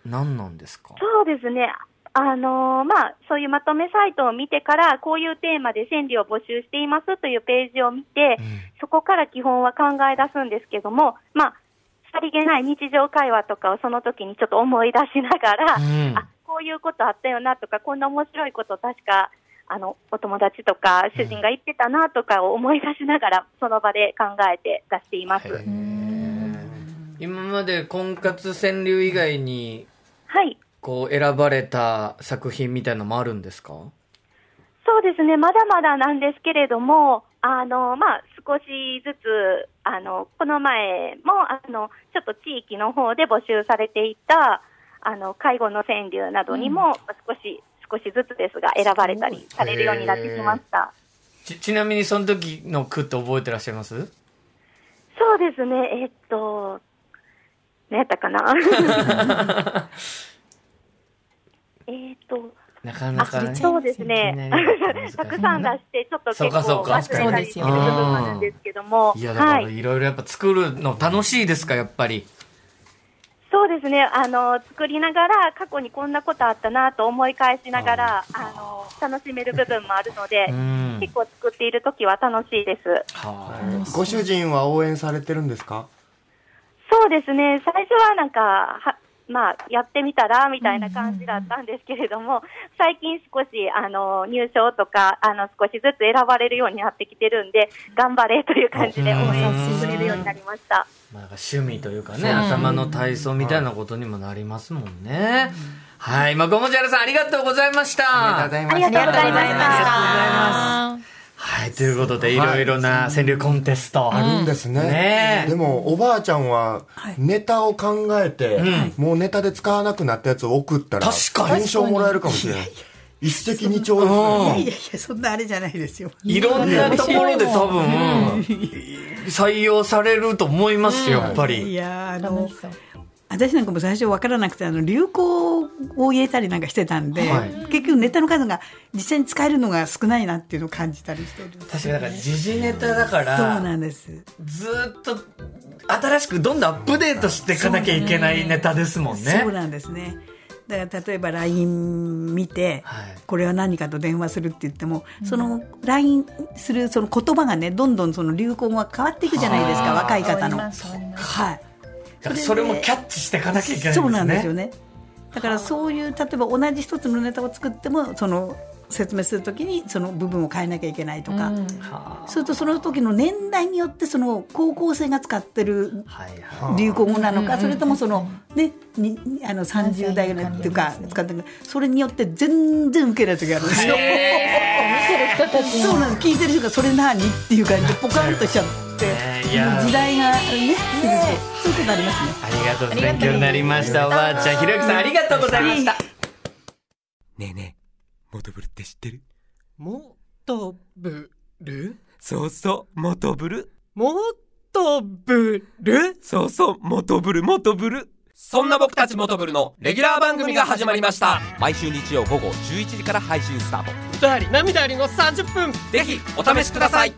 Speaker 4: 何なんですか
Speaker 10: そうですね。あのーまあ、そういうまとめサイトを見てから、こういうテーマで川柳を募集していますというページを見て、そこから基本は考え出すんですけども、まあ、さりげない日常会話とかをその時にちょっと思い出しながら、
Speaker 4: うん
Speaker 10: あ、こういうことあったよなとか、こんな面白いこと確か、あの、お友達とか主人が言ってたなとかを思い出しながら、その場で考えて出しています。
Speaker 4: へー今まで婚活川柳以外に
Speaker 10: はい。
Speaker 4: こう選ばれた作品みたいのもあるんですか
Speaker 10: そうですね、まだまだなんですけれども、あのまあ、少しずつあの、この前もあのちょっと地域の方で募集されていたあの介護の川柳などにも、少し少しずつですが、選ばれたりされるようになってきました。
Speaker 4: ちちなみにその時の句って覚えてらっしゃいます
Speaker 10: そうですね、えっ と、何やったかな。えっ、と、
Speaker 4: なかなかね。
Speaker 10: そうですね。たくさん出して、ちょっと結
Speaker 4: そうかそう
Speaker 10: 構
Speaker 4: か
Speaker 10: 忘れたりしてる部分もあるんですけども、
Speaker 4: いや、だから
Speaker 10: はい。
Speaker 4: いろいろやっぱ作るの楽しいですか、やっぱり。
Speaker 10: そうですね。あの、作りながら、過去にこんなことあったなと思い返しながら、あの、楽しめる部分もあるので、結構作っているときは楽しいです。
Speaker 5: ご主人は応援されてるんですか
Speaker 10: そうですね、最初はなんか、はまあ、やってみたらみたいな感じだったんですけれども、最近少しあの入賞とかあの少しずつ選ばれるようになってきてるんで、頑張れという感じで応援してくれるようになりました。
Speaker 4: まあ、趣味というか
Speaker 10: そう
Speaker 4: ね、
Speaker 10: ですね
Speaker 4: 頭の体操みたいなことにもなりますもんね。はい。まあ、ゴモジャラさん、ありがとうございました。あり
Speaker 5: がとうございましたありがとうございま
Speaker 4: ありがと
Speaker 5: した
Speaker 4: うございます。はい。ということで、いろいろな川柳コンテスト。
Speaker 5: あるんですね。でも、おばあちゃんは、ネタを考えて、もうネタで使わなくなったやつを送ったら、
Speaker 4: 確かに
Speaker 5: 検証もらえるかもしれない。一石二鳥です
Speaker 6: いや
Speaker 5: ね
Speaker 6: いやいや、そんなあれじゃないですよ。
Speaker 4: いろんなところで多分
Speaker 6: いやいや、
Speaker 4: 採用されると思いますよ、やっぱ
Speaker 6: い
Speaker 4: り。
Speaker 6: やあの私なんかも最初分からなくてあの流行を入れたりなんかしてたんで、
Speaker 4: はい
Speaker 6: 結局ネタの数が実際に使えるのが少ないなっていうのを感じたりしてる
Speaker 4: 確かに、だから、時事ネタだか
Speaker 6: そう
Speaker 4: ら、
Speaker 6: なんです
Speaker 4: ずーっと新しくどんどんアップデートしていかなきゃいけないネタですもんね
Speaker 6: そう。なんですねだから例えば LINE 見て、これは何かと電話するって言っても、その LINE するその言葉がねどんどんその流行が変わっていくじゃないですか
Speaker 4: はあ
Speaker 6: 若い方の。
Speaker 4: 変わりま
Speaker 6: はい
Speaker 4: だからそれもキャッチしていかなきゃいけないんですね。
Speaker 6: そうなんですよねだからそういう例えば同じ一つのネタを作ってもその説明するときにその部分を変えなきゃいけないとか、それとその時の年代によってその高校生が使ってる流行語なのか、
Speaker 4: うん
Speaker 6: それともその、ね、ににあの30代ぐらいっていうか使ってるそれによって全然受けるやつがあるんですよ。
Speaker 9: へー見てる人たちも
Speaker 6: そうなんです聞いてる人がそれ何っていう感じでポカンとしちゃって、
Speaker 4: いやー
Speaker 6: 時代がねそういうことありますね。
Speaker 4: ありがとう勉強になりましたおばあちゃんひろゆきさんありがとうございました。
Speaker 11: ねえねえ、モトブルって知ってる
Speaker 12: もっとぶる
Speaker 11: そうそう、モトブル。
Speaker 12: もっとぶる
Speaker 11: そうそう、モトブル、モトブル。
Speaker 12: そんな僕たちモトブルのレギュラー番組が始まりました
Speaker 11: 毎週日曜午後11時から配信スタート。
Speaker 12: 歌あり涙ありの30分ぜひお試しください